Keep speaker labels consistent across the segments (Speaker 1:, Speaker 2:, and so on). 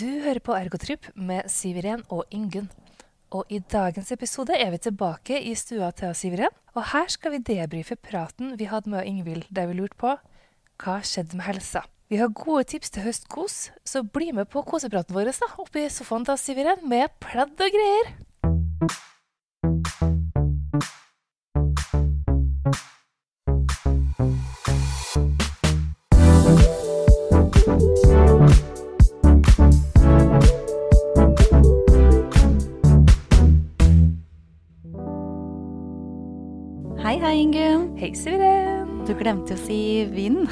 Speaker 1: Du hører på Ergotrip med Siv Iren og Ingunn. Og i dagens episode er vi tilbake i stua til Siv Iren. Og her skal vi debrife praten vi hadde med Ingvild der vi lurte på hva skjedde med helsa. Vi har gode tips til høstkos, så bli med på kosepraten vår da, oppe i sofaen til Siv Iren med pledd og greier.
Speaker 2: Hei, hei, Ingunn.
Speaker 1: Hei, Siv Iren.
Speaker 2: Du glemte å si vind.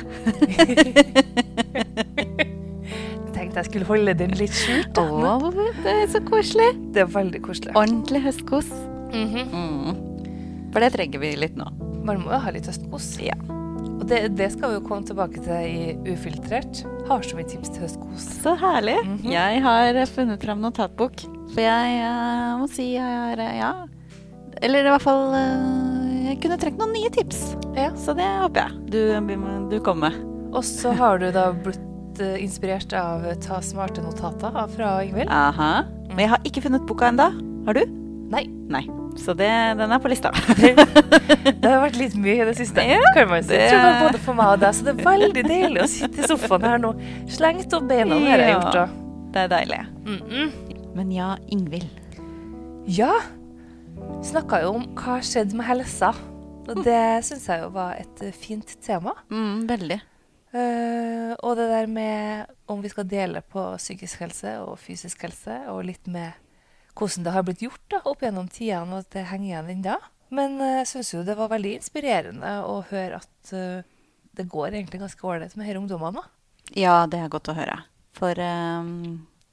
Speaker 1: Tenkte jeg skulle holde den litt skjult.
Speaker 2: Å,
Speaker 1: da, men
Speaker 2: det er så koselig.
Speaker 1: Det er veldig koselig.
Speaker 2: Ordentlig høstkos.
Speaker 1: Mhm.
Speaker 2: Mm. For det trenger vi litt nå.
Speaker 1: Man må jo ha litt høstkos.
Speaker 2: Ja.
Speaker 1: Og det, det skal vi jo komme tilbake til i Ufiltrert. Har så mye tips til høstkos.
Speaker 2: Så herlig.
Speaker 1: Mhm.
Speaker 2: Jeg har funnet fram notatbok. For jeg eh, må si jeg har eh, Ja. Eller i hvert fall eh, Jeg kunne trengt noen nye tips.
Speaker 1: Ja.
Speaker 2: Så det håper jeg du, du kommer med.
Speaker 1: Og så har du da blitt eh, inspirert av Ta smarte notater av- fra Ingvild.
Speaker 2: Aha. Men jeg har ikke funnet boka ennå. Har du?
Speaker 1: Nei.
Speaker 2: Nei. Så det, den er på lista.
Speaker 1: Det har vært litt mye i det siste.
Speaker 2: Ja,
Speaker 1: kan man si.
Speaker 2: det-
Speaker 1: Jeg tror det var både for meg og deg, så det er veldig deilig å sitte i sofaen her nå. Slengt opp beina, det har jeg
Speaker 2: Ja.
Speaker 1: gjort da.
Speaker 2: Det er deilig.
Speaker 1: Mm -mm.
Speaker 2: Men ja, Ingvild.
Speaker 1: Ja. Snakka jo om hva skjedde med helsa. Og det syns jeg jo var et eh, fint tema.
Speaker 2: Mm, veldig.
Speaker 1: Eh, og det der med om vi skal dele på psykisk helse og fysisk helse, og litt med hvordan det har blitt gjort da, opp gjennom tidene, og at det henger igjen ennå. Men eh, jeg syns jo det var veldig inspirerende å høre at eh, det går egentlig ganske ålreit med disse ungdommene. da.
Speaker 2: Ja, det er godt å høre. For eh,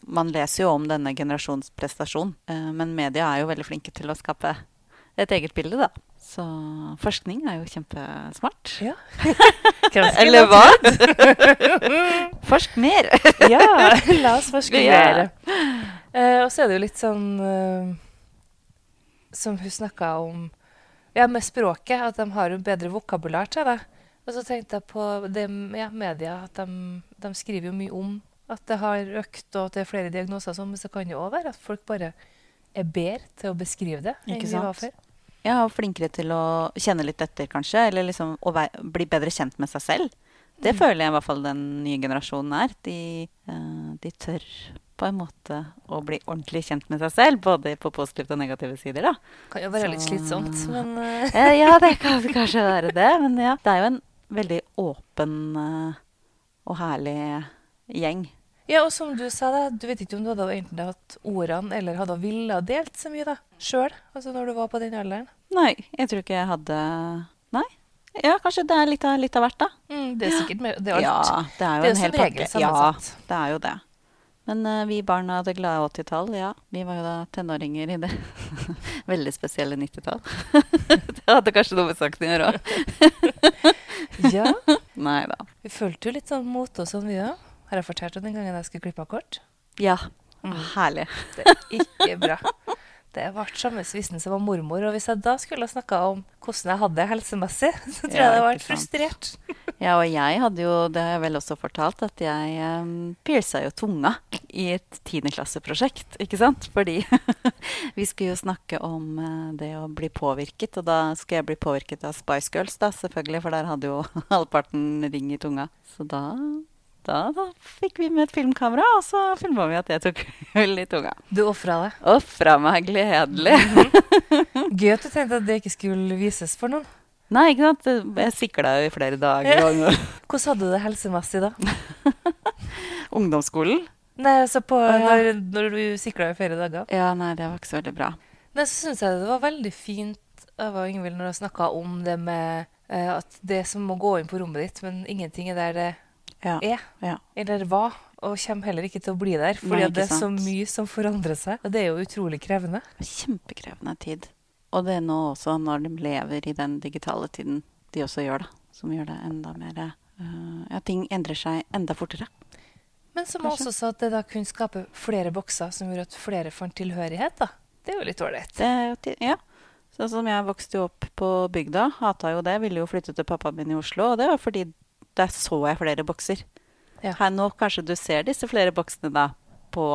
Speaker 2: man leser jo om denne generasjons prestasjon, eh, men media er jo veldig flinke til å skape et eget bilde, da. Så forskning er jo kjempesmart.
Speaker 1: Ja. Hvem skulle
Speaker 2: Eller
Speaker 1: ha
Speaker 2: hva? Forsk mer!
Speaker 1: Ja, la oss forskere.
Speaker 2: Ja.
Speaker 1: Eh, og så er det jo litt sånn eh, Som hun snakka om Ja, med språket, at de har jo bedre vokabular til det. Og så tenkte jeg på det m- ja, media, at de, de skriver jo mye om at det har økt, og at det er flere diagnoser og sånn, men så kan det jo òg være at folk bare er bedre til å beskrive det enn
Speaker 2: Ikke
Speaker 1: vi var
Speaker 2: sant?
Speaker 1: før.
Speaker 2: Ja, og flinkere til å kjenne litt etter, kanskje. Eller liksom å vei- bli bedre kjent med seg selv. Det føler jeg i hvert fall den nye generasjonen er. De, eh, de tør på en måte å bli ordentlig kjent med seg selv, både på positive og negative sider, da.
Speaker 1: Kan jo være litt
Speaker 2: Så-
Speaker 1: slitsomt, men eh,
Speaker 2: Eh, ja, det kan kanskje være det. Men ja, det er jo en veldig åpen eh, og herlig gjeng.
Speaker 1: Ja, og som du sa, da, du vet ikke om du hadde enten hatt ordene eller hadde villa delt så mye da, sjøl, altså når du var på den alderen.
Speaker 2: Nei, jeg tror ikke jeg hadde Nei. Ja, kanskje det er litt av, litt av hvert, da.
Speaker 1: Mm, det er sikkert mer, det er
Speaker 2: Ja,
Speaker 1: alt.
Speaker 2: det er jo
Speaker 1: Det er
Speaker 2: en
Speaker 1: jo
Speaker 2: hel
Speaker 1: som regel
Speaker 2: pakke.
Speaker 1: sammensatt.
Speaker 2: Ja, det er jo det. Men eh, vi barna av det glade 80-tall, ja. Vi var jo da tenåringer i det veldig spesielle 90-tall. det hadde kanskje noe med saken å gjøre òg.
Speaker 1: Ja.
Speaker 2: Nei da.
Speaker 1: Vi fulgte jo litt sånn mot oss sånn vi òg. Har jeg fortalt om den gangen jeg skulle klippe av kort?
Speaker 2: Ja. Mm. Herlig.
Speaker 1: Det er ikke bra. Det ble samme svissen som var mormor, og hvis jeg da skulle ha snakka om hvordan jeg hadde det helsemessig, så tror
Speaker 2: Ja,
Speaker 1: jeg det var
Speaker 2: ikke sant.
Speaker 1: frustrert.
Speaker 2: Ja, og jeg hadde jo, det har jeg vel også fortalt, at jeg um, pierca jo tunga i et tiendeklasseprosjekt, ikke sant? Fordi vi skulle jo snakke om eh, det å bli påvirket, og da skulle jeg bli påvirket av Spice Girls, da, selvfølgelig, for der hadde jo halvparten ring i tunga. Så da, da, da fikk vi med et filmkamera, og så filma vi at jeg tok hull i tunga.
Speaker 1: Du ofra deg.
Speaker 2: Og fra meg gledelig.
Speaker 1: Gøy at du tenkte at det ikke skulle vises for noen.
Speaker 2: Nei, ikke sant? Jeg sikla jo i flere dager. Og
Speaker 1: Hvordan hadde du det helsemessig da?
Speaker 2: ungdomsskolen?
Speaker 1: Nei, altså på,
Speaker 2: Å, ja.
Speaker 1: når, når du sikla i flere dager.
Speaker 2: Ja, nei, det var ikke så veldig bra.
Speaker 1: Nei, så syns jeg det var veldig fint av Ingvild når hun snakka om det med eh, at det er som må gå inn på rommet ditt, men ingenting er der det
Speaker 2: Ja.
Speaker 1: er
Speaker 2: ja.
Speaker 1: eller var, og kommer heller ikke til å bli der, fordi
Speaker 2: Nei,
Speaker 1: at det er
Speaker 2: ikke
Speaker 1: så
Speaker 2: sant.
Speaker 1: mye som forandrer seg. Og det er jo utrolig krevende.
Speaker 2: Kjempekrevende tid. Og det er nå også, når de lever i den digitale tiden de også gjør, da. Som gjør det enda mer eh, Ja, ting endrer seg enda fortere.
Speaker 1: Men som hun
Speaker 2: Kanskje.
Speaker 1: også sa, at det da kunne skape flere bokser, som gjorde at flere fant tilhørighet, da. Det er jo litt ålreit.
Speaker 2: Det, er jo ti- ja. Sånn som jeg vokste jo opp på bygda, hata jo det. Ville jo flytte til pappaen min i Oslo, og det var fordi der så jeg flere bokser.
Speaker 1: Ja.
Speaker 2: Her nå kanskje du ser disse flere boksene, da. på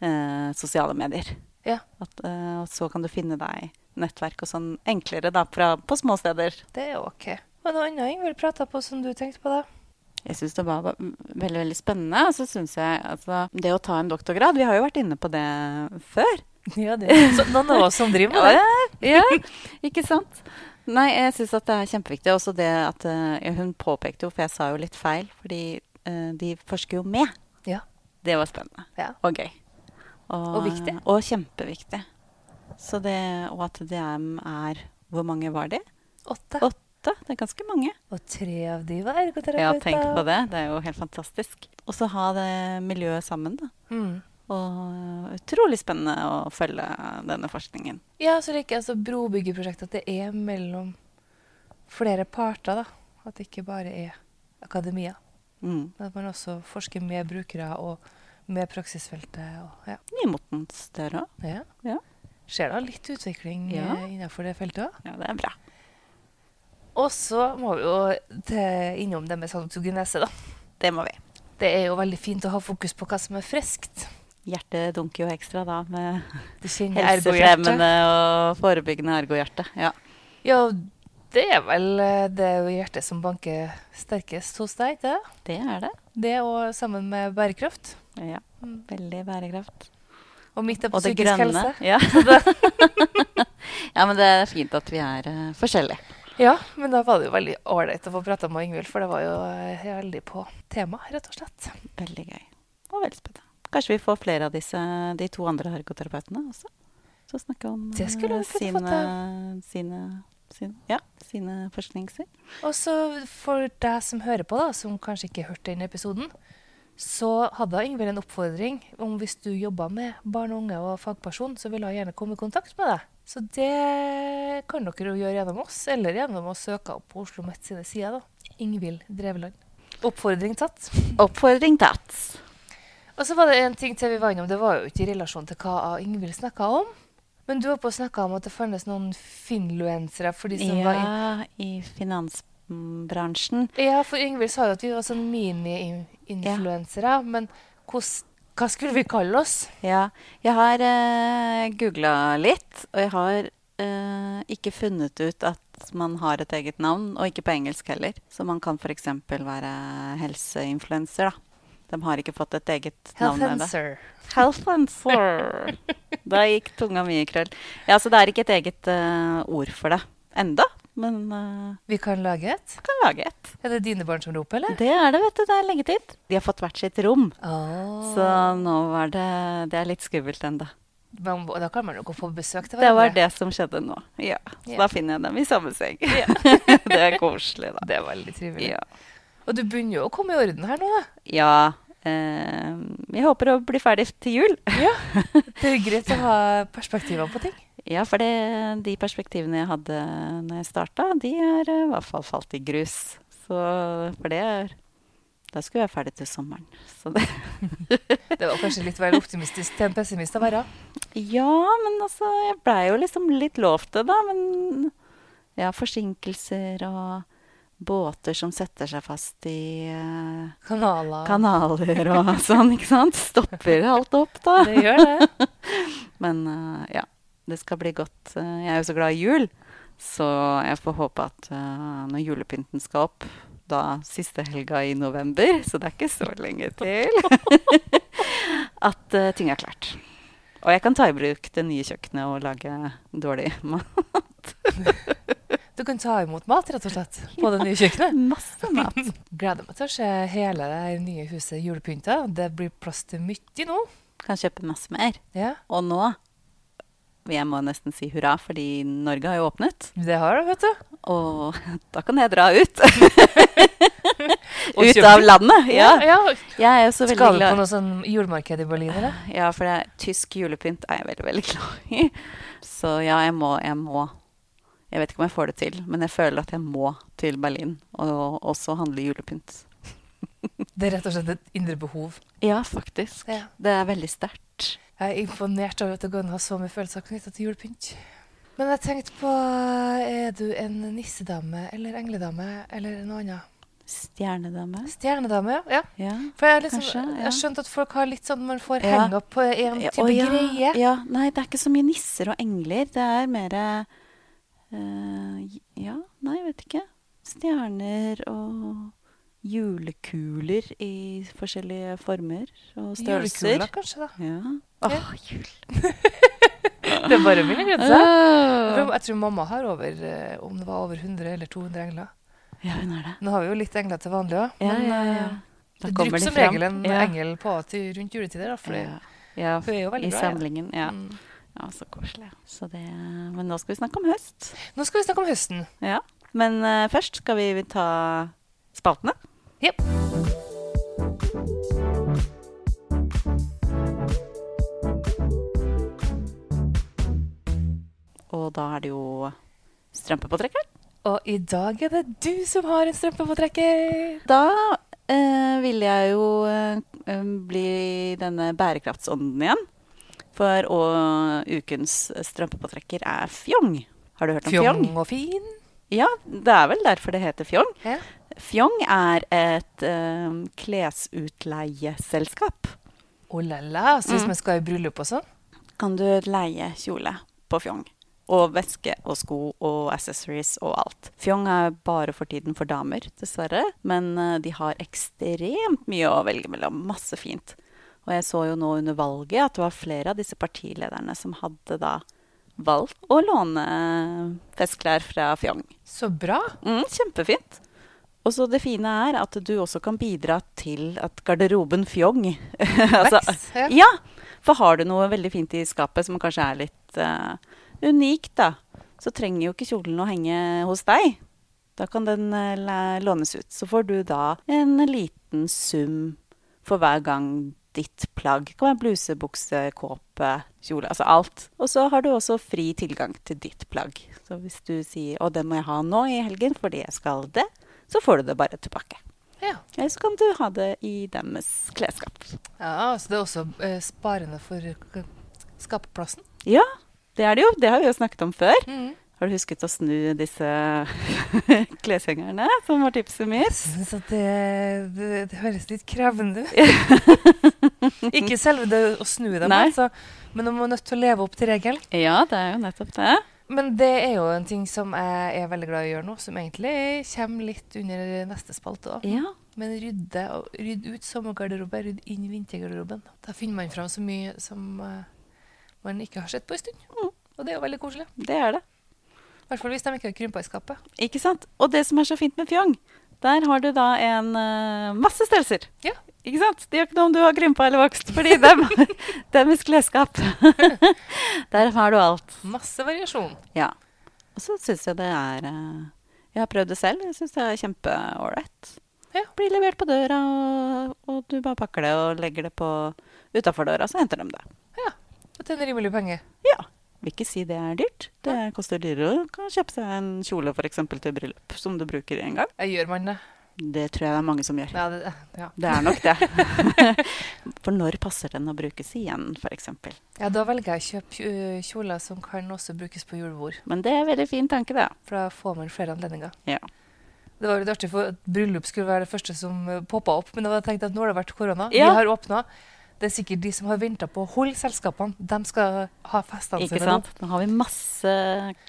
Speaker 2: eh, sosiale medier.
Speaker 1: Ja.
Speaker 2: At, eh, og så kan du finne deg nettverk og sånn enklere da, fra, på små steder.
Speaker 1: Det er OK. Var det noe annet Ingvild prata på som du tenkte på da?
Speaker 2: Jeg syns det var ba- veldig veldig spennende. Og så syns jeg altså, Det å ta en doktorgrad Vi har jo vært inne på det før.
Speaker 1: Ja, det er så, noen av oss som driver med det.
Speaker 2: ja, ikke sant? Nei, jeg syns at det er kjempeviktig. Også det at eh, hun påpekte jo, for jeg sa jo litt feil, fordi eh, de forsker jo med.
Speaker 1: Ja.
Speaker 2: Det var spennende
Speaker 1: Ja.
Speaker 2: og gøy.
Speaker 1: Og viktig.
Speaker 2: Og kjempeviktig. Så det, og at det er Hvor mange var de?
Speaker 1: Åtte.
Speaker 2: Åtte? Det er ganske mange.
Speaker 1: Og tre av de var
Speaker 2: Ja,
Speaker 1: ergoterapeuter.
Speaker 2: tenk på det. Det er jo helt fantastisk. Og så ha det miljøet sammen, da.
Speaker 1: Mm.
Speaker 2: Og eh, utrolig spennende å følge denne forskningen.
Speaker 1: Ja, så liker jeg altså brobyggeprosjektet at det er mellom flere parter, da. At det ikke bare er akademia.
Speaker 2: Mm.
Speaker 1: Men at man også forsker med brukere og med praksisfeltet. Og, ja.
Speaker 2: Nymotens dør òg.
Speaker 1: Ja.
Speaker 2: Ja.
Speaker 1: Skjer da litt utvikling
Speaker 2: Ja.
Speaker 1: eh, innenfor det feltet òg?
Speaker 2: Ja, det er bra.
Speaker 1: Og så må vi jo til, innom det med sanatogenese, da.
Speaker 2: Det må vi.
Speaker 1: Det er jo veldig fint å ha fokus på hva som er friskt.
Speaker 2: Hjertet dunker jo ekstra da med
Speaker 1: Du kjenner ergohjertet.
Speaker 2: helsefremmende og forebyggende ergohjerte. Ja.
Speaker 1: Ja, det er vel eh, det er jo hjertet som banker sterkest hos deg, ikke det?
Speaker 2: Det er det.
Speaker 1: Det og sammen med bærekraft.
Speaker 2: Ja.
Speaker 1: Mm.
Speaker 2: Veldig bærekraft.
Speaker 1: Og midt er på
Speaker 2: Og det
Speaker 1: psykisk helse.
Speaker 2: grønne. Ja. ja, men det er fint at vi er eh, forskjellige.
Speaker 1: Ja, men da var det jo veldig ålreit å få prata med Ingvild, for det var jo eh, veldig på tema, rett og slett.
Speaker 2: Veldig gøy. Og veldig spennende. Kanskje vi får flere av disse, de to andre ergoterapeutene også. Så snakke om
Speaker 1: Det skulle
Speaker 2: eh,
Speaker 1: vi kunne fått
Speaker 2: sine, sine, sine, ja, sine forskningssyn.
Speaker 1: Og så for deg som hører på, da, som kanskje ikke hørte den episoden, så hadde Ingvild en oppfordring om hvis du jobba med barn og unge og fagperson, så ville hun gjerne komme i kontakt med deg. Så det kan dere jo gjøre gjennom oss, eller gjennom å søke opp på Oslo Met sine sider. da. Ingvild Drevland. Oppfordring tatt.
Speaker 2: Oppfordring tatt.
Speaker 1: Og så var det en ting til vi var innom. Det var jo ikke i relasjon til hva Ingvild snakka om. Men du var på å snakke om at det fantes noen finluensere for de som var in
Speaker 2: Ja, i finansbransjen.
Speaker 1: Ja, for Ingvild sa jo at vi var sånn mini-influensere. Men hvordan- hva skulle vi kalle oss?
Speaker 2: Ja, jeg har uh, googla litt, og jeg har eh, ikke funnet ut at man har et eget navn, og ikke på engelsk heller. Så man kan f.eks. være helseinfluenser, da. De har ikke fått et eget navn. med det.
Speaker 1: Healthancer.
Speaker 2: Health and soul. Da gikk tunga mye i krøll. Ja, så det er ikke et eget eh, ord for det enda, men eh,
Speaker 1: Vi kan lage et.
Speaker 2: vi kan lage et.
Speaker 1: Er det dine barn som roper, eller?
Speaker 2: Det er det, vet du. Det er leggetid. De har fått hvert sitt rom,
Speaker 1: Åh.
Speaker 2: så nå var det Det er litt skummelt enda.
Speaker 1: Men da kan man jo gå på besøk til
Speaker 2: Det
Speaker 1: hverandre.
Speaker 2: var det som skjedde nå. Ja, så
Speaker 1: Ja.
Speaker 2: da finner jeg dem i samme seng. Det er koselig, da.
Speaker 1: Det er veldig trivelig.
Speaker 2: Ja.
Speaker 1: Og du begynner jo å komme i orden her nå, da.
Speaker 2: ja eh, jeg håper å bli ferdig til jul.
Speaker 1: Det er greit å ha perspektiver på ting.
Speaker 2: Ja, for det, de perspektivene jeg hadde når jeg starta, de er eh, i hvert fall falt i grus. Så for det er Da skulle jeg være ferdig til sommeren. Så det
Speaker 1: Det var kanskje litt vel optimistisk til en pessimist å være.
Speaker 2: Ja, men altså Jeg blei jo liksom litt lovt det, da. Men ja, forsinkelser og båter som setter seg fast i eh,
Speaker 1: Kanaler.
Speaker 2: kanaler og sånn, ikke sant? Stopper alt opp, da.
Speaker 1: Det gjør det.
Speaker 2: Men eh, ja, det skal bli godt. Eh, jeg er jo så glad i jul, så jeg får håpe at eh, når julepynten skal opp, da siste helga i november, så det er ikke så lenge til, at eh, ting er klart. Og jeg kan ta i bruk det nye kjøkkenet og lage dårlig mat.
Speaker 1: Du kan ta imot mat, rett og slett, på det nye kjøkkenet.
Speaker 2: Masse mat.
Speaker 1: Gleder meg til å se hele det her nye huset julepynta. Det blir plass til mye nå.
Speaker 2: Kan kjøpe masse mer.
Speaker 1: Ja,
Speaker 2: Og nå Jeg må nesten si hurra, fordi Norge har jo åpnet.
Speaker 1: det har det, vet du.
Speaker 2: Og da kan jeg dra ut.
Speaker 1: Og
Speaker 2: ut
Speaker 1: kjøpe.
Speaker 2: av landet! Ja.
Speaker 1: ja.
Speaker 2: Jeg er jo så veldig
Speaker 1: Skal du på
Speaker 2: glad Ah.
Speaker 1: noe sånn julemarked i Berlin, eller?
Speaker 2: Ja, for det er tysk julepynt er jeg veldig, veldig glad i. Så ja, jeg må, jeg må. Jeg vet ikke om jeg får det til, men jeg føler at jeg må til Berlin og også handle julepynt.
Speaker 1: Det er rett og slett et indre behov.
Speaker 2: Ja, faktisk.
Speaker 1: Ja.
Speaker 2: Det er veldig sterkt.
Speaker 1: Jeg er imponert over at det går an å ha så mye følelser knyttet til julepynt. Men jeg tenkte på Er du en nissedame eller engledame eller noe annet?
Speaker 2: Stjernedame.
Speaker 1: Stjernedame, ja. ja.
Speaker 2: Ja.
Speaker 1: For jeg, har liksom,
Speaker 2: Mm. Kanskje, ja.
Speaker 1: jeg har skjønt at folk har litt sånn man får
Speaker 2: Ja.
Speaker 1: henge opp på en
Speaker 2: Ja,
Speaker 1: type
Speaker 2: å ja,
Speaker 1: greie.
Speaker 2: Ja, nei, det er ikke så mye nisser og engler. Det er mer eh, j- Ja, nei, jeg vet ikke. Stjerner og julekuler i forskjellige former og størrelser.
Speaker 1: Julekula, kanskje, da.
Speaker 2: Ja. Åh, jul.
Speaker 1: Det er bare mine
Speaker 2: Ah.
Speaker 1: grenser. Jeg
Speaker 2: Åh.
Speaker 1: tror- Jeg tror mamma har over eh, om det var over 100 eller 200 engler.
Speaker 2: Ja, hun er det.
Speaker 1: Nå har vi jo litt engler til vanlig òg,
Speaker 2: Ja,
Speaker 1: men
Speaker 2: ja,
Speaker 1: eh,
Speaker 2: ja. Da
Speaker 1: det drypper
Speaker 2: kommer de
Speaker 1: som
Speaker 2: fram.
Speaker 1: regel en
Speaker 2: Ja.
Speaker 1: engel på til rundt juletider. Da, fordi
Speaker 2: Ja, ja
Speaker 1: hun er jo
Speaker 2: i
Speaker 1: veldig glad i det.
Speaker 2: samlingen. Ja.
Speaker 1: Mm.
Speaker 2: ja, så koselig. Så det, men nå skal vi snakke om høst.
Speaker 1: Nå skal vi snakke om høsten.
Speaker 2: Ja. Men eh, først skal vi ta spaltene.
Speaker 1: Jep.
Speaker 2: Og da er det jo strømpepåtrekkeren.
Speaker 1: Og i dag er det du som har en strømpepåtrekker.
Speaker 2: Da eh, vil jeg jo eh, em, bli denne bærekraftsånden igjen. For å- ukens strømpepåtrekker er fjong. Har du hørt om fjong?
Speaker 1: Fjong og fin.
Speaker 2: Ja, det er vel derfor det heter fjong.
Speaker 1: Ja.
Speaker 2: Fjong er et eh, klesutleieselskap.
Speaker 1: Oh la la. Så hvis
Speaker 2: Mm.
Speaker 1: man skal i bryllup og sånn
Speaker 2: Kan du leie kjole på Fjong? Og veske og sko og accessories og alt. Fjong er bare for tiden for damer, dessverre. Men eh, de har ekstremt mye å velge mellom. Masse fint. Og jeg så jo nå under valget at det var flere av disse partilederne som hadde da valgt å låne eh, festklær fra Fjong.
Speaker 1: Så bra.
Speaker 2: Mm, kjempefint. Og så det fine er at du også kan bidra til at garderoben fjong
Speaker 1: Veks, ja.
Speaker 2: Altså, Ja, for har du noe veldig fint i skapet som kanskje er litt eh, unikt, da, så trenger jo ikke kjolen å henge hos deg. Da kan den eh, la- lånes ut. Så får du da en liten sum for hver gang ditt plagg. Det kan være bluse, bukse, kåpe, kjole, altså alt. Og så har du også fri tilgang til ditt plagg. Så hvis du sier 'Å, det må jeg ha nå i helgen fordi jeg skal det', så får du det bare tilbake.
Speaker 1: Ja.
Speaker 2: Eller så kan du ha det i deres klesskap.
Speaker 1: ja. Så det er også eh, sparende for eh, skaperplassen.
Speaker 2: Ja, det er det jo. Det har vi jo snakket om før.
Speaker 1: Mm.
Speaker 2: Har du husket å snu disse kleshengerne som var tipset mitt?
Speaker 1: Så det, det, det høres litt krevende ut. Ikke selve det å snu dem,
Speaker 2: Nei.
Speaker 1: altså, men man er nødt til å leve opp til regelen.
Speaker 2: Ja, det er jo nettopp det.
Speaker 1: Men det er jo en ting som jeg er veldig glad i å gjøre nå, som egentlig kommer litt under neste spalte òg.
Speaker 2: Ja.
Speaker 1: Men rydde, og- rydde ut sommergarderoben, rydde inn vintergarderoben. Da finner man fram så mye som eh, man ikke har sett på en stund.
Speaker 2: Mm.
Speaker 1: Og det er jo veldig koselig.
Speaker 2: Det er det.
Speaker 1: I hvert fall hvis de ikke har krympa i skapet.
Speaker 2: Ikke sant? Og det som er så fint med fjong, der har du da en eh, masse størrelser.
Speaker 1: Ja.
Speaker 2: Ikke sant? Det gjør ikke noe om du har krympa eller vokst, fordi dem, deres klesskap Der har du alt.
Speaker 1: Masse variasjon.
Speaker 2: Ja. Og så syns jeg det er eh, Jeg har prøvd det selv. Jeg syns det er kjempeålreit.
Speaker 1: Ja.
Speaker 2: Blir levert på døra, og, og du bare pakker det og legger det på utafor døra, så henter de det.
Speaker 1: Ja. Og til en rimelig penge.
Speaker 2: Ja. Vil ikke si det er dyrt. Det koster dyrere å kan kjøpe seg en kjole for eksempel, til bryllup som du bruker én gang.
Speaker 1: Jeg gjør man det.
Speaker 2: Det tror jeg det er mange som gjør.
Speaker 1: Ja, det, ja.
Speaker 2: Det er nok det. for når passer den å brukes igjen, f.eks.?
Speaker 1: Ja, da velger jeg å kjøpe kj- øh, kjoler som kan også brukes på julebord.
Speaker 2: Men det er en veldig fin tanke, det.
Speaker 1: For da får man flere anledninger.
Speaker 2: Ja.
Speaker 1: Det var jo litt artig, for at bryllup skulle være det første som poppa opp. Men da var det tenkt at nå har det vært korona,
Speaker 2: Ja.
Speaker 1: vi har åpna. Det er sikkert de som har venta på å holde selskapene, de skal ha festene
Speaker 2: Ikke
Speaker 1: sine
Speaker 2: sant? Nå har vi masse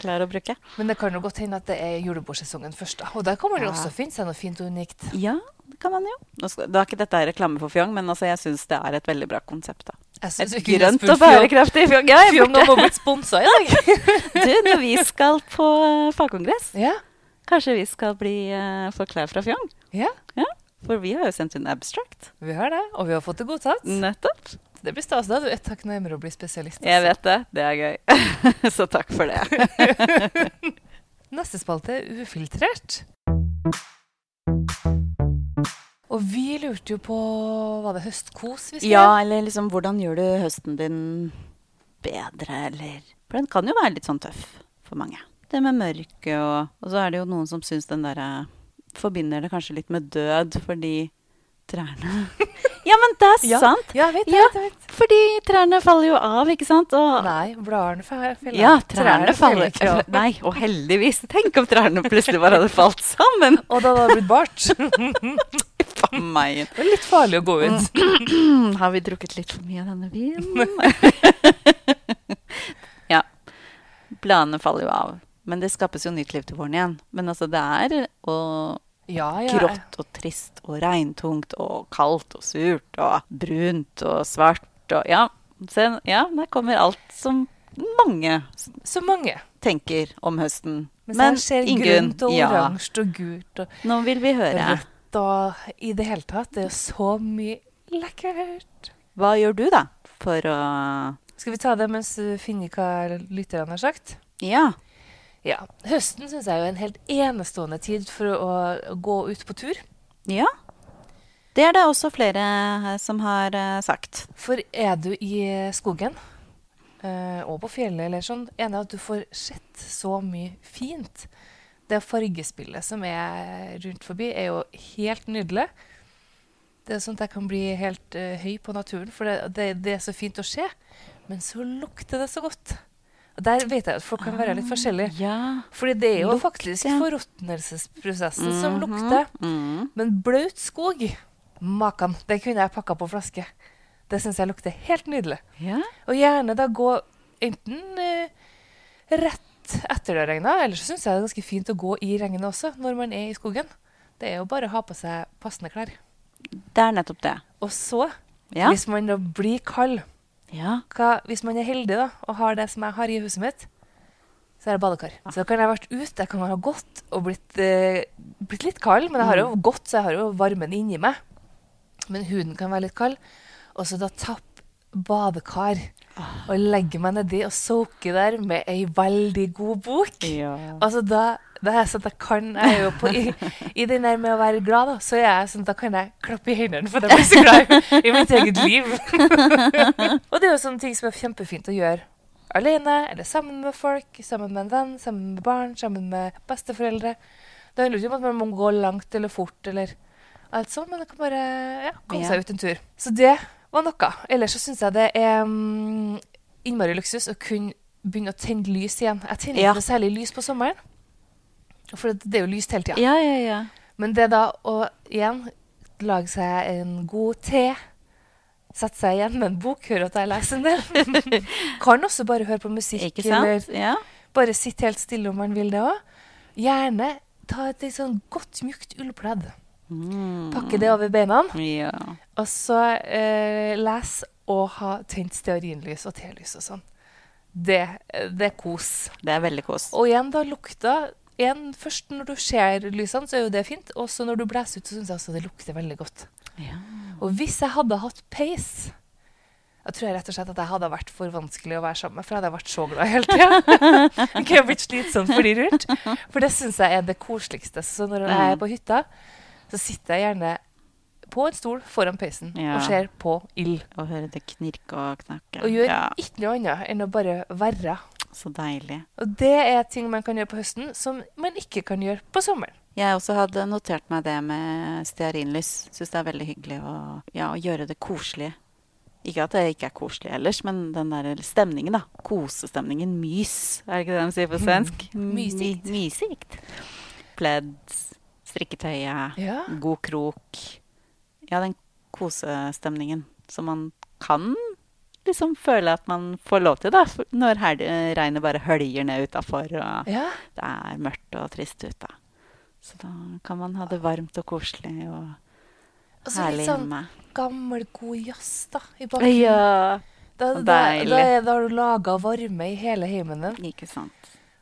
Speaker 2: klær å bruke.
Speaker 1: nå. Men det kan jo godt hende at det er julebordsesongen først. da. Og der kan man jo
Speaker 2: Ja.
Speaker 1: også finne seg noe fint og unikt.
Speaker 2: Ja, det kan man jo. Nå skal, da er ikke dette her reklame for fjong, men altså, jeg syns det er et veldig bra konsept. da.
Speaker 1: Jeg
Speaker 2: Et
Speaker 1: synes vi kunne
Speaker 2: grønt
Speaker 1: spurt
Speaker 2: og bærekraftig fjong. Ja, jeg
Speaker 1: Fjong
Speaker 2: burde-
Speaker 1: Fjong har blitt sponsa i dag.
Speaker 2: Du, når vi skal på eh, fagkongress,
Speaker 1: Ja.
Speaker 2: kanskje vi skal bli eh, få klær fra fjong?
Speaker 1: ja,
Speaker 2: Ja, for vi har jo sendt inn abstract.
Speaker 1: vi har det. Og vi har fått det godtatt.
Speaker 2: Nettopp.
Speaker 1: Det blir stas. Da er du ett hakk nærmere å bli spesialist.
Speaker 2: Jeg
Speaker 1: altså.
Speaker 2: vet det. Det er gøy. Så takk for det.
Speaker 1: Neste spalte er ufiltrert. Og vi lurte jo på Var det høstkos vi skulle
Speaker 2: Ja, eller liksom, hvordan gjør du høsten din bedre, eller For den kan jo være litt sånn tøff for mange. Det med mørket og Og så er det jo noen som syns den derre Forbinder det kanskje litt med død fordi trærne Ja, men det er
Speaker 1: Ja.
Speaker 2: sant!
Speaker 1: Ja, jeg vet, jeg
Speaker 2: Ja.
Speaker 1: vet, jeg vet.
Speaker 2: Fordi trærne faller jo av, ikke sant? Og,
Speaker 1: Nei, bladene fe- faller
Speaker 2: ja,
Speaker 1: av.
Speaker 2: trærne faller
Speaker 1: ikke av.
Speaker 2: Nei, og heldigvis. Tenk om trærne plutselig bare hadde falt sammen.
Speaker 1: Og da hadde det blitt bart.
Speaker 2: Faen meg.
Speaker 1: Det var litt farlig å gå ut.
Speaker 2: Mm, Har vi drukket litt for mye av denne vinen? ja. Bladene faller jo av. Men det skapes jo nytt liv til våren igjen. Men altså, det er og
Speaker 1: Ja, ja.
Speaker 2: grått og trist og regntungt og kaldt og surt og brunt og svart og Ja, se, ja der kommer alt som mange s-
Speaker 1: Så mange.
Speaker 2: tenker om høsten.
Speaker 1: Men, her skjer
Speaker 2: Ingunn,
Speaker 1: grønt og
Speaker 2: ja,
Speaker 1: oransje og gult og
Speaker 2: Nå vil vi høre.
Speaker 1: rødt og i det hele tatt. Det er jo så mye lekkert.
Speaker 2: Hva gjør du, da, for å
Speaker 1: Skal vi ta det mens du finner hva lytterne har sagt?
Speaker 2: Ja.
Speaker 1: Ja. Høsten syns jeg er jo en helt enestående tid for å gå ut på tur.
Speaker 2: Ja. Det er det også flere eh, som har eh, sagt.
Speaker 1: For er du i skogen, eh, og på fjellet eller sånn, enig at du får sett så mye fint. Det fargespillet som er rundt forbi, er jo helt nydelig. Det er sånn at jeg kan bli helt eh, høy på naturen, for det, det, det er så fint å se. Men så lukter det så godt. Og der vet jeg at folk kan være litt forskjellige.
Speaker 2: Ja.
Speaker 1: Fordi det er jo
Speaker 2: Lukt,
Speaker 1: faktisk
Speaker 2: ja.
Speaker 1: forråtnelsesprosessen som
Speaker 2: Mhm,
Speaker 1: lukter.
Speaker 2: Mm.
Speaker 1: Men blaut skog, makan, det kunne jeg pakka på flaske. Det syns jeg lukter helt nydelig.
Speaker 2: Ja.
Speaker 1: Og gjerne da gå enten eh, rett etter det har regna, eller så syns jeg det er ganske fint å gå i regnet også, når man er i skogen. Det er jo bare å ha på seg passende klær.
Speaker 2: Det er nettopp det.
Speaker 1: Og så,
Speaker 2: Ja.
Speaker 1: hvis man da blir kald,
Speaker 2: ja.
Speaker 1: hva, hvis man er heldig da, og har det som jeg har i huset mitt, så er det badekar. Så da kan jeg ha vært ute, jeg kan ha gått og blitt, eh, blitt litt kald, men jeg har jo gått, så jeg har jo varmen inni meg. Men huden kan være litt kald. Og så da tapp badekar, og legge meg nedi og soke der med ei veldig god bok.
Speaker 2: ja.
Speaker 1: Altså da, da er jeg sånn at jeg kan jeg er jo på, i, I den der med å være glad, da, så er jeg sånn at da kan jeg klappe i hendene, for jeg blir så glad i mitt eget liv. og det er jo sånne ting som er kjempefint å gjøre alene, eller sammen med folk, sammen med en venn, sammen med barn, sammen med besteforeldre. Det handler jo ikke om at man må gå langt eller fort eller alt sånt, men det kan bare ja, komme
Speaker 2: Ja.
Speaker 1: seg ut en tur. Så det var noe. Ellers så syns jeg det er mm, innmari luksus å kunne begynne å tenne lys igjen. Jeg tenner
Speaker 2: Ja.
Speaker 1: ikke noe særlig lys på sommeren, for det, det er jo lyst hele tida.
Speaker 2: ja, ja, ja.
Speaker 1: Men det da å igjen lage seg en god te, sette seg igjen med en bok, høre at jeg leser en del. kan også bare høre på musikk,
Speaker 2: Ikke
Speaker 1: eller
Speaker 2: sant? Ja.
Speaker 1: bare sitte helt stille om man vil det òg. Gjerne ta et litt sånn godt, mjukt ullpledd.
Speaker 2: Mm.
Speaker 1: Pakke det over beina,
Speaker 2: Ja.
Speaker 1: og så eh, les og ha tent stearinlys og telys og sånn. Det, eh, det er kos.
Speaker 2: Det er veldig kos.
Speaker 1: Og igjen, da, lukta igjen, Først når du ser lysene, så er jo det fint. Og så når du blåser ut, så syns jeg også det lukter veldig godt.
Speaker 2: Ja.
Speaker 1: Og hvis jeg hadde hatt peis jeg tror jeg rett og slett at jeg hadde vært for vanskelig å være sammen med, for jeg hadde vært så glad hele tida. Jeg kunne blitt slitsom for de rundt. For det syns jeg er det koseligste. Så når
Speaker 2: Mm.
Speaker 1: jeg er på hytta, så sitter jeg gjerne på en stol foran peisen
Speaker 2: Ja.
Speaker 1: og ser på ild.
Speaker 2: Å høre det knirke og knakke.
Speaker 1: Og gjør
Speaker 2: ja.
Speaker 1: ikke noe annet enn å bare være.
Speaker 2: Så deilig.
Speaker 1: Og det er ting man kan gjøre på høsten som man ikke kan gjøre på sommeren.
Speaker 2: Jeg også hadde notert meg det med stearinlys. Syns det er veldig hyggelig å, ja, å gjøre det koselig. Ikke at det ikke er koselig ellers, men den der stemningen, da. Kosestemningen. Mys, er det ikke det de sier på svensk?
Speaker 1: Mysigt.
Speaker 2: My- Mysigt. Pledd, strikketøyet,
Speaker 1: Ja.
Speaker 2: god krok. Ja, den kosestemningen som man kan liksom føle at man får lov til, da. for- Når hel- regnet bare høljer ned utafor og
Speaker 1: ja.
Speaker 2: det er mørkt og trist ute. Så da kan man ha det varmt og koselig og
Speaker 1: Og så
Speaker 2: herlig
Speaker 1: litt sånn
Speaker 2: hjemme.
Speaker 1: gammel, god jazz da, i bakgrunnen.
Speaker 2: Ja,
Speaker 1: Da, da,
Speaker 2: så
Speaker 1: da,
Speaker 2: deilig.
Speaker 1: er- da har du laga varme i hele heimen din.
Speaker 2: ikke sant.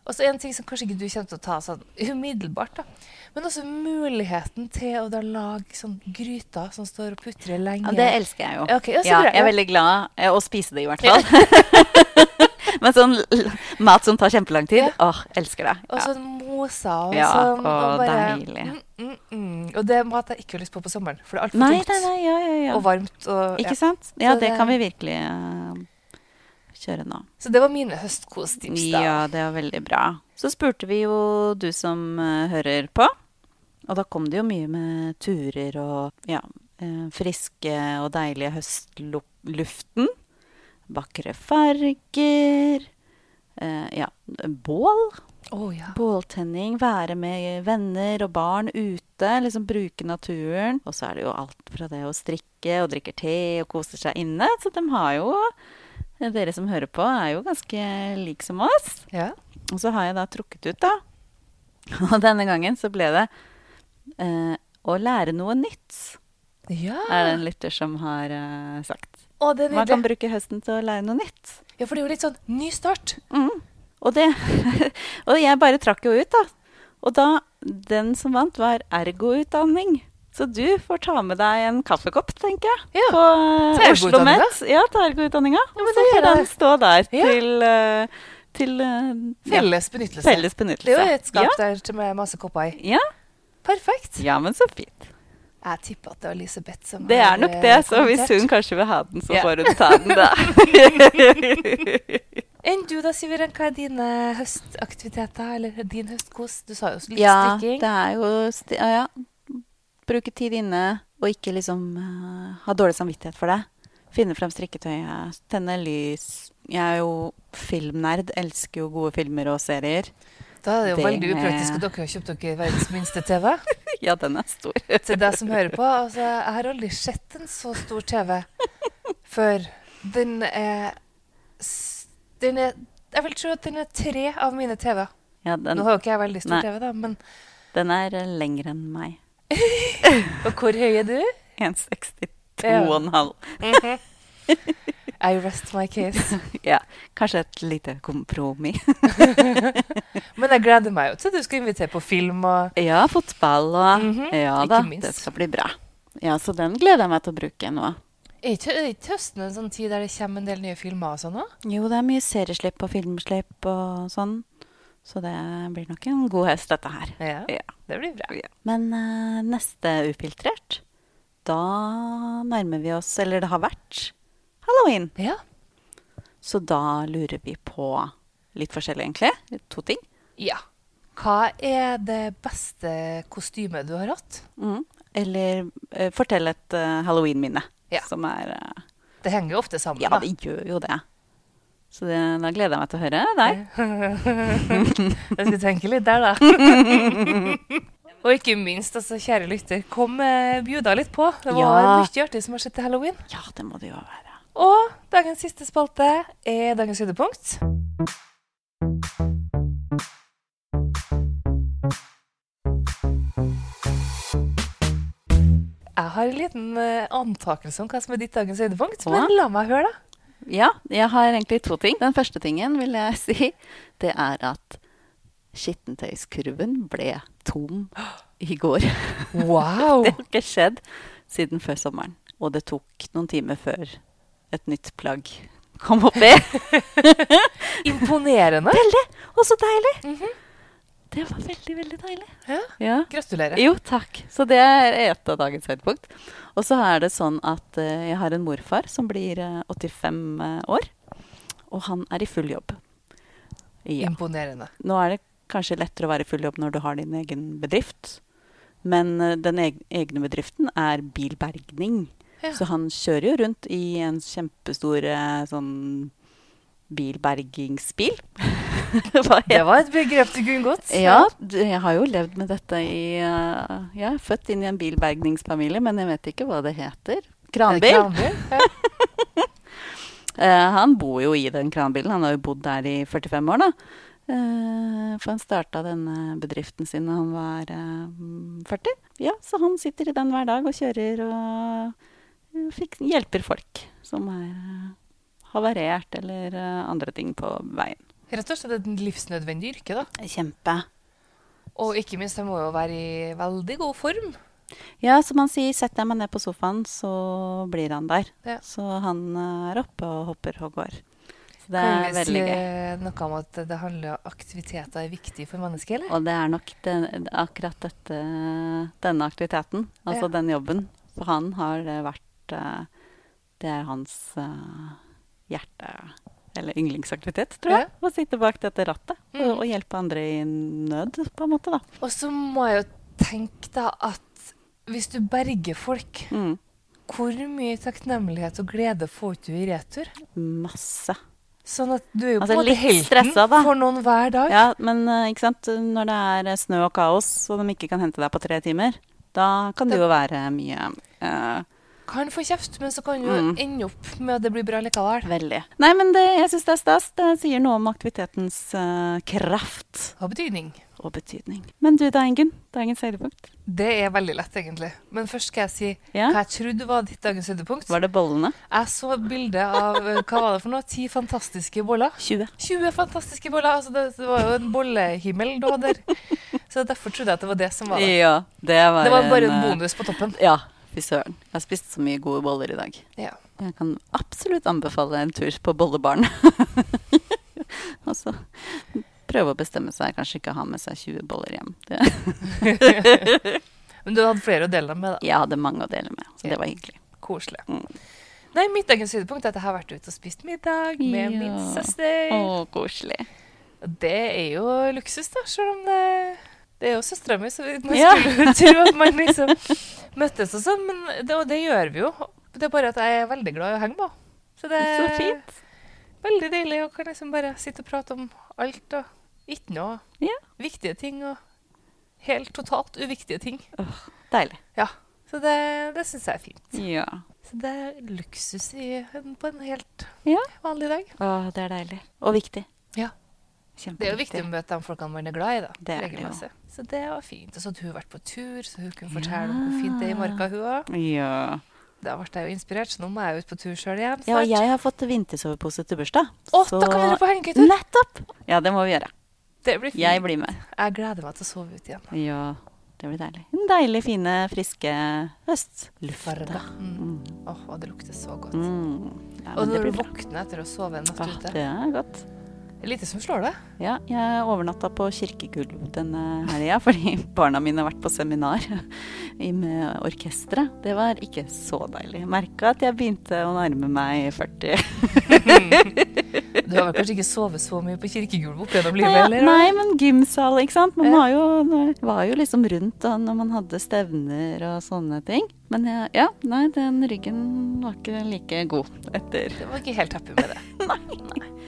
Speaker 1: Og så en ting som kanskje ikke du kommer til å ta sånn umiddelbart, da. Men også muligheten til å da lage sånn gryter som står og putrer lenge.
Speaker 2: Ja, det elsker jeg jo.
Speaker 1: Ja, ok, ja, så
Speaker 2: ja,
Speaker 1: bra,
Speaker 2: jeg er
Speaker 1: ja.
Speaker 2: veldig glad eh, å spise det, i hvert fall. Men sånn l- mat som tar kjempelang tid,
Speaker 1: Ja.
Speaker 2: åh, elsker det.
Speaker 1: og
Speaker 2: Ja.
Speaker 1: sånn mosa og
Speaker 2: Ja,
Speaker 1: sånn.
Speaker 2: og
Speaker 1: bare-
Speaker 2: deilig.
Speaker 1: Mm, mm, mm. Og det er mat jeg ikke har lyst på på sommeren, for det er altfor
Speaker 2: Nei,
Speaker 1: tungt
Speaker 2: nei, nei, ja, ja, ja.
Speaker 1: og varmt. Og, ja.
Speaker 2: Ikke sant? Ja,
Speaker 1: Så
Speaker 2: det
Speaker 1: det-
Speaker 2: kan vi virkelig eh, kjøre nå.
Speaker 1: Så det var mine høstkostips, da.
Speaker 2: Ja, det var veldig bra. Så spurte vi jo du som eh, hører på, og da kom det jo mye med turer og ja, eh, friske og deilige høstluften. Vakre farger. Eh, ja, bål.
Speaker 1: Å ja.
Speaker 2: Båltenning, være med venner og barn ute, liksom bruke naturen. Og så er det jo alt fra det å strikke og drikke te og kose seg inne. Så de har jo eh, Dere som hører på, er jo ganske like som oss.
Speaker 1: ja.
Speaker 2: Og så har jeg da trukket ut, da. Og denne gangen så ble det eh, å lære noe nytt,
Speaker 1: Ja.
Speaker 2: er det en lytter som har eh, sagt.
Speaker 1: Å, det er
Speaker 2: Man kan
Speaker 1: nydelig.
Speaker 2: bruke høsten til å lære noe nytt.
Speaker 1: Ja, for det er jo litt sånn ny start.
Speaker 2: Mm. Og, det, og jeg bare trakk jo ut, da. Og da, den som vant, var ergoutdanning. Så du får ta med deg en kaffekopp, tenker jeg.
Speaker 1: Ja,
Speaker 2: På
Speaker 1: til
Speaker 2: eh, Oslo
Speaker 1: ergoutdanninga.
Speaker 2: Met. Ja, til ergoutdanninga.
Speaker 1: men
Speaker 2: Og
Speaker 1: det
Speaker 2: så
Speaker 1: gjør
Speaker 2: får
Speaker 1: jeg.
Speaker 2: den stå der
Speaker 1: Ja.
Speaker 2: til, eh, til eh, ja,
Speaker 1: Felles benyttelse.
Speaker 2: felles
Speaker 1: Det
Speaker 2: benyttelse.
Speaker 1: er jo et skap
Speaker 2: Ja.
Speaker 1: der til med masse kopper i.
Speaker 2: Ja.
Speaker 1: Perfekt.
Speaker 2: ja, men så fint.
Speaker 1: Jeg tipper at det var Elisabeth som
Speaker 2: Det er
Speaker 1: har,
Speaker 2: nok
Speaker 1: eh,
Speaker 2: det. Så hvis
Speaker 1: kommentert.
Speaker 2: hun kanskje vil ha den, så
Speaker 1: Ja.
Speaker 2: får hun ta den, da.
Speaker 1: Enn du da, Siveren, hva er dine høstaktiviteter, eller din høstkos? Du sa jo litt
Speaker 2: Ja,
Speaker 1: strikking.
Speaker 2: det er jo sti ja, ja. Bruke tid inne og ikke liksom eh, ha dårlig samvittighet for det. Finne frem strikketøyet, tenne lys. Jeg er jo filmnerd, elsker jo gode filmer og serier.
Speaker 1: Da er det jo
Speaker 2: det
Speaker 1: veldig
Speaker 2: med-
Speaker 1: upraktisk at dere har kjøpt dere verdens minste TV.
Speaker 2: Ja, den er stor.
Speaker 1: Til deg som hører på, altså, jeg har aldri sett en så stor TV før. Den er, s- den er Jeg vil tro at den er tre av mine TV-er.
Speaker 2: Ja,
Speaker 1: Nå
Speaker 2: den,
Speaker 1: har jo ikke jeg veldig stor
Speaker 2: Nei.
Speaker 1: TV, da, men
Speaker 2: den er eh, lengre enn meg.
Speaker 1: Og hvor høy er du?
Speaker 2: 1,62,5.
Speaker 1: I rest my case.
Speaker 2: Ja, kanskje et lite kompromiss.
Speaker 1: Men jeg gleder meg jo til du skal invitere på film og
Speaker 2: Ja, fotball og
Speaker 1: Mhm,
Speaker 2: Ja
Speaker 1: ikke
Speaker 2: da,
Speaker 1: minst.
Speaker 2: det skal bli bra. Ja, så den gleder jeg meg til å bruke nå.
Speaker 1: Er ikke er ikke høsten en sånn tid der det kommer en del nye filmer og sånn òg?
Speaker 2: Jo, det er mye serieslipp og filmslipp og sånn. Så det blir nok en god høst, dette her.
Speaker 1: Ja.
Speaker 2: Ja.
Speaker 1: Det blir bra.
Speaker 2: Men eh, neste Ufiltrert, da nærmer vi oss, eller det har vært, halloween.
Speaker 1: Ja.
Speaker 2: Så da lurer vi på litt forskjellig, egentlig. To ting.
Speaker 1: ja. Hva er det beste kostymet du har hatt?
Speaker 2: Mm. Eller eh, fortell et eh, halloween-minne.
Speaker 1: Ja.
Speaker 2: Som er eh,
Speaker 1: Det henger jo ofte sammen.
Speaker 2: Ja,
Speaker 1: da.
Speaker 2: det gjør jo det. Så det, da gleder jeg meg til å høre deg.
Speaker 1: Jeg skal tenke litt der, da. Og ikke minst, altså, kjære lytter, kom eh, bjuda litt på. Det var
Speaker 2: Ja.
Speaker 1: mye artig som har skjedd til halloween.
Speaker 2: Ja, det må det jo være.
Speaker 1: Og dagens siste spalte er dagens høydepunkt. Jeg har en liten eh, antakelse om hva som er ditt dagens høydepunkt,
Speaker 2: Hva?
Speaker 1: men la meg høre, da.
Speaker 2: Ja, jeg har egentlig to ting. Den første tingen vil jeg si, det er at skittentøyskurven ble tom i går.
Speaker 1: Wow!
Speaker 2: Det har ikke skjedd siden før sommeren. Og det tok noen timer før et nytt plagg kom oppi.
Speaker 1: Imponerende.
Speaker 2: Og så deilig! Det var veldig, veldig deilig.
Speaker 1: Ja.
Speaker 2: Ja.
Speaker 1: Gratulerer.
Speaker 2: Jo, takk. Så det er et av dagens høydepunkt. Og så er det sånn at eh, jeg har en morfar som blir eh, 85 år, og han er i full jobb. Ja.
Speaker 1: Mm. Imponerende.
Speaker 2: Nå er det kanskje lettere å være i full jobb når du har din egen bedrift. Men eh, den eg- egne bedriften er bilbergning.
Speaker 1: Ja.
Speaker 2: Så han kjører jo rundt i en kjempestor eh, sånn bilbergingsbil. Hva
Speaker 1: Det
Speaker 2: heter
Speaker 1: var et begrep du kunne godt.
Speaker 2: ja, d- jeg har jo levd med dette i eh, Jeg er født inn i en bilbergningsfamilie, men jeg vet ikke hva det heter. Kranbil.
Speaker 1: Kranbil. Ja.
Speaker 2: Eh, han bor jo i den kranbilen. Han har jo bodd der i 45 år, da. Eh, for han starta denne bedriften sin da han var eh, mm, 40. Ja, så han sitter i den hver dag og kjører og eh, fik, hjelper folk som er eh, havarert eller eh, andre ting på veien.
Speaker 1: Rett og slett et livsnødvendig yrke, da.
Speaker 2: Kjempe.
Speaker 1: Og ikke minst, jeg må jo være i veldig god form.
Speaker 2: Ja, som han sier, setter jeg meg ned på sofaen, så blir han der.
Speaker 1: Ja.
Speaker 2: Så han eh, er oppe og hopper og går. Så det
Speaker 1: Kan
Speaker 2: er
Speaker 1: vi si
Speaker 2: veldig gøy.
Speaker 1: noe om at det handler om aktiviteter er viktig for mennesket, eller?
Speaker 2: Og det er nok den, akkurat dette, denne aktiviteten, altså
Speaker 1: Ja.
Speaker 2: den jobben. For han har det vært eh, Det er hans eh, hjerte... Eller yndlingsaktivitet, tror jeg. Å sitte bak dette rattet
Speaker 1: Mm.
Speaker 2: og, og hjelpe andre i nød, på en måte, da.
Speaker 1: Og så må jeg jo tenke da at hvis du berger folk,
Speaker 2: Mm.
Speaker 1: Hvor mye takknemlighet og glede får ikke du i retur?
Speaker 2: Masse.
Speaker 1: Sånn at du er jo
Speaker 2: Altså,
Speaker 1: på en måte
Speaker 2: litt
Speaker 1: helten
Speaker 2: stressa, da.
Speaker 1: for noen hver dag.
Speaker 2: Ja, men eh, ikke sant? når det er eh, snø og kaos, og de ikke kan hente deg på tre timer, da kan det jo være mye eh,
Speaker 1: Kan få kjeft, men så kan du
Speaker 2: Mm.
Speaker 1: ende opp med at det blir bra likevel.
Speaker 2: veldig. Nei, men det, jeg syns det er stas. Det sier noe om aktivitetens eh, kraft
Speaker 1: Har betydning.
Speaker 2: og betydning. Men du da, Ingunn. Dagens høydepunkt.
Speaker 1: Det er veldig lett, egentlig. Men først skal jeg si
Speaker 2: Ja?
Speaker 1: hva jeg trodde var ditt dagens høydepunkt.
Speaker 2: Var det bollene?
Speaker 1: Jeg så et bilde av eh, hva var det for noe? Ti fantastiske boller.
Speaker 2: 20.
Speaker 1: 20 fantastiske boller! Altså, det, det var jo en bollehimmel du hadde der. Så derfor trodde jeg at det var det som var det.
Speaker 2: Ja, det var,
Speaker 1: Det var bare
Speaker 2: en,
Speaker 1: en
Speaker 2: eh,
Speaker 1: bonus på toppen.
Speaker 2: Ja, fy søren. Jeg har spist så mye gode boller i dag.
Speaker 1: Ja.
Speaker 2: Jeg kan absolutt anbefale en tur på bollebaren. Og så prøve å bestemme seg, kanskje ikke ha med seg 20 boller hjem. Det,
Speaker 1: Men du hadde flere å dele dem med, da.
Speaker 2: jeg hadde mange å dele med, så det var hyggelig.
Speaker 1: Koselig.
Speaker 2: Mm.
Speaker 1: Nei, mitt dagens høydepunkt er at jeg har vært ute og spist middag med min
Speaker 2: Ja.
Speaker 1: søster.
Speaker 2: Å, koselig.
Speaker 1: Og Det er jo luksus, da, selv om det Det er jo søstera mi, så man
Speaker 2: Ja.
Speaker 1: skulle jo tro at man liksom møttes og sånn. Men det, og det gjør vi jo. Det er bare at jeg er veldig glad i å henge med henne. Så det
Speaker 2: Så fint.
Speaker 1: veldig deilig å kan liksom bare sitte og prate om alt og ikke noe.
Speaker 2: Ja.
Speaker 1: Viktige ting og helt totalt uviktige ting.
Speaker 2: Deilig.
Speaker 1: Så det, det syns jeg er fint.
Speaker 2: Ja.
Speaker 1: Så det er luksus i, på en helt
Speaker 2: Ja.
Speaker 1: vanlig dag.
Speaker 2: Å, det er deilig. Og viktig.
Speaker 1: Ja. Det er jo viktig
Speaker 2: Kjempeviktig.
Speaker 1: å møte de folkene man er glad i, da.
Speaker 2: Det er det jo.
Speaker 1: regelmessig. Så det var fint. Og så hadde hun vært på tur, så hun kunne fortelle om
Speaker 2: Ja.
Speaker 1: hvor fint det er i marka, hun òg.
Speaker 2: Ja.
Speaker 1: Da ble jeg jo inspirert, så nå må jeg jo ut på tur sjøl igjen
Speaker 2: ja, og
Speaker 1: snart.
Speaker 2: jeg har fått vintersovepose til bursdag.
Speaker 1: Å, da kan vi dra på Mm. hengetur!
Speaker 2: Nettopp! Ja, det må vi gjøre.
Speaker 1: Det blir fint.
Speaker 2: Jeg
Speaker 1: Jeg,
Speaker 2: blir med.
Speaker 1: gleder meg til å sove ute igjen.
Speaker 2: Ja, det blir deilig. En deilig, fine, friske høstluft.
Speaker 1: Farga. Mm.
Speaker 2: Mm.
Speaker 1: Åh, og det lukter så godt.
Speaker 2: Mm. Ja,
Speaker 1: og
Speaker 2: men det
Speaker 1: når du
Speaker 2: blir bra.
Speaker 1: våkner etter å sove en natt
Speaker 2: Ah,
Speaker 1: ute
Speaker 2: det er godt.
Speaker 1: Det er lite som slår deg.
Speaker 2: Ja, jeg overnatta på kirkegulv denne helga fordi barna mine har vært på seminar i- med orkesteret. Det var ikke så deilig. Merka at jeg begynte å nærme meg 40.
Speaker 1: Mm. Du har vel kanskje ikke sovet så mye på kirkegulvet opp gjennom livet,
Speaker 2: Ja,
Speaker 1: eller?
Speaker 2: nei, men gymsal, ikke sant. Man
Speaker 1: Ja.
Speaker 2: var jo, var jo liksom rundt da når man hadde stevner og sånne ting. Men jeg, ja, nei, den ryggen var ikke like god etter.
Speaker 1: Jeg var ikke helt happy med det. nei.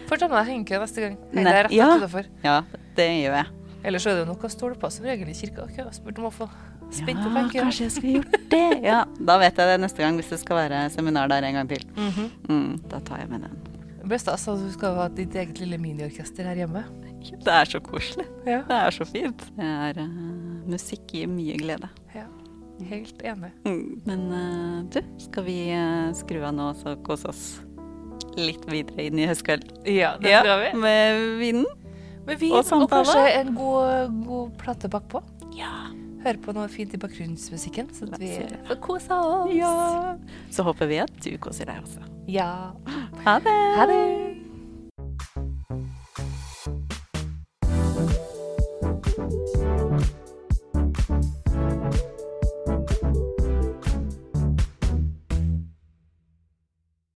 Speaker 1: Får ta med deg hengekøye neste gang. Nei,
Speaker 2: Nei,
Speaker 1: det er rett
Speaker 2: ja.
Speaker 1: utenfor.
Speaker 2: Ja, det gjør jeg.
Speaker 1: Ellers er det jo noe å stole på som regel i kirka. og kø. Spurt om å få spent på
Speaker 2: Ja,
Speaker 1: benken.
Speaker 2: kanskje jeg skulle gjort det. Ja, da vet jeg det neste gang hvis det skal være seminar der en gang til.
Speaker 1: Mhm.
Speaker 2: Mm, da tar jeg med den.
Speaker 1: Det blir stas at du skal ha ditt eget lille miniorkester her hjemme.
Speaker 2: Det er så koselig.
Speaker 1: Ja,
Speaker 2: Det er så fint. Det er, eh, musikk gir mye glede.
Speaker 1: ja. Helt enig.
Speaker 2: Men eh, du, skal vi eh, skru av nå og kose oss litt videre inn i høstkvelden?
Speaker 1: Ja, det tror jeg vi.
Speaker 2: Med vinden?
Speaker 1: Men vi,
Speaker 2: Og
Speaker 1: og,
Speaker 2: samtale.
Speaker 1: kanskje en god, god plate bakpå.
Speaker 2: Ja.
Speaker 1: Høre på noe fint i bakgrunnsmusikken, så at vi
Speaker 2: La oss gjøre
Speaker 1: får kosa oss.
Speaker 2: ja. Så håper vi at du koser deg også.
Speaker 1: ja.
Speaker 2: Ha det!
Speaker 1: Ha det!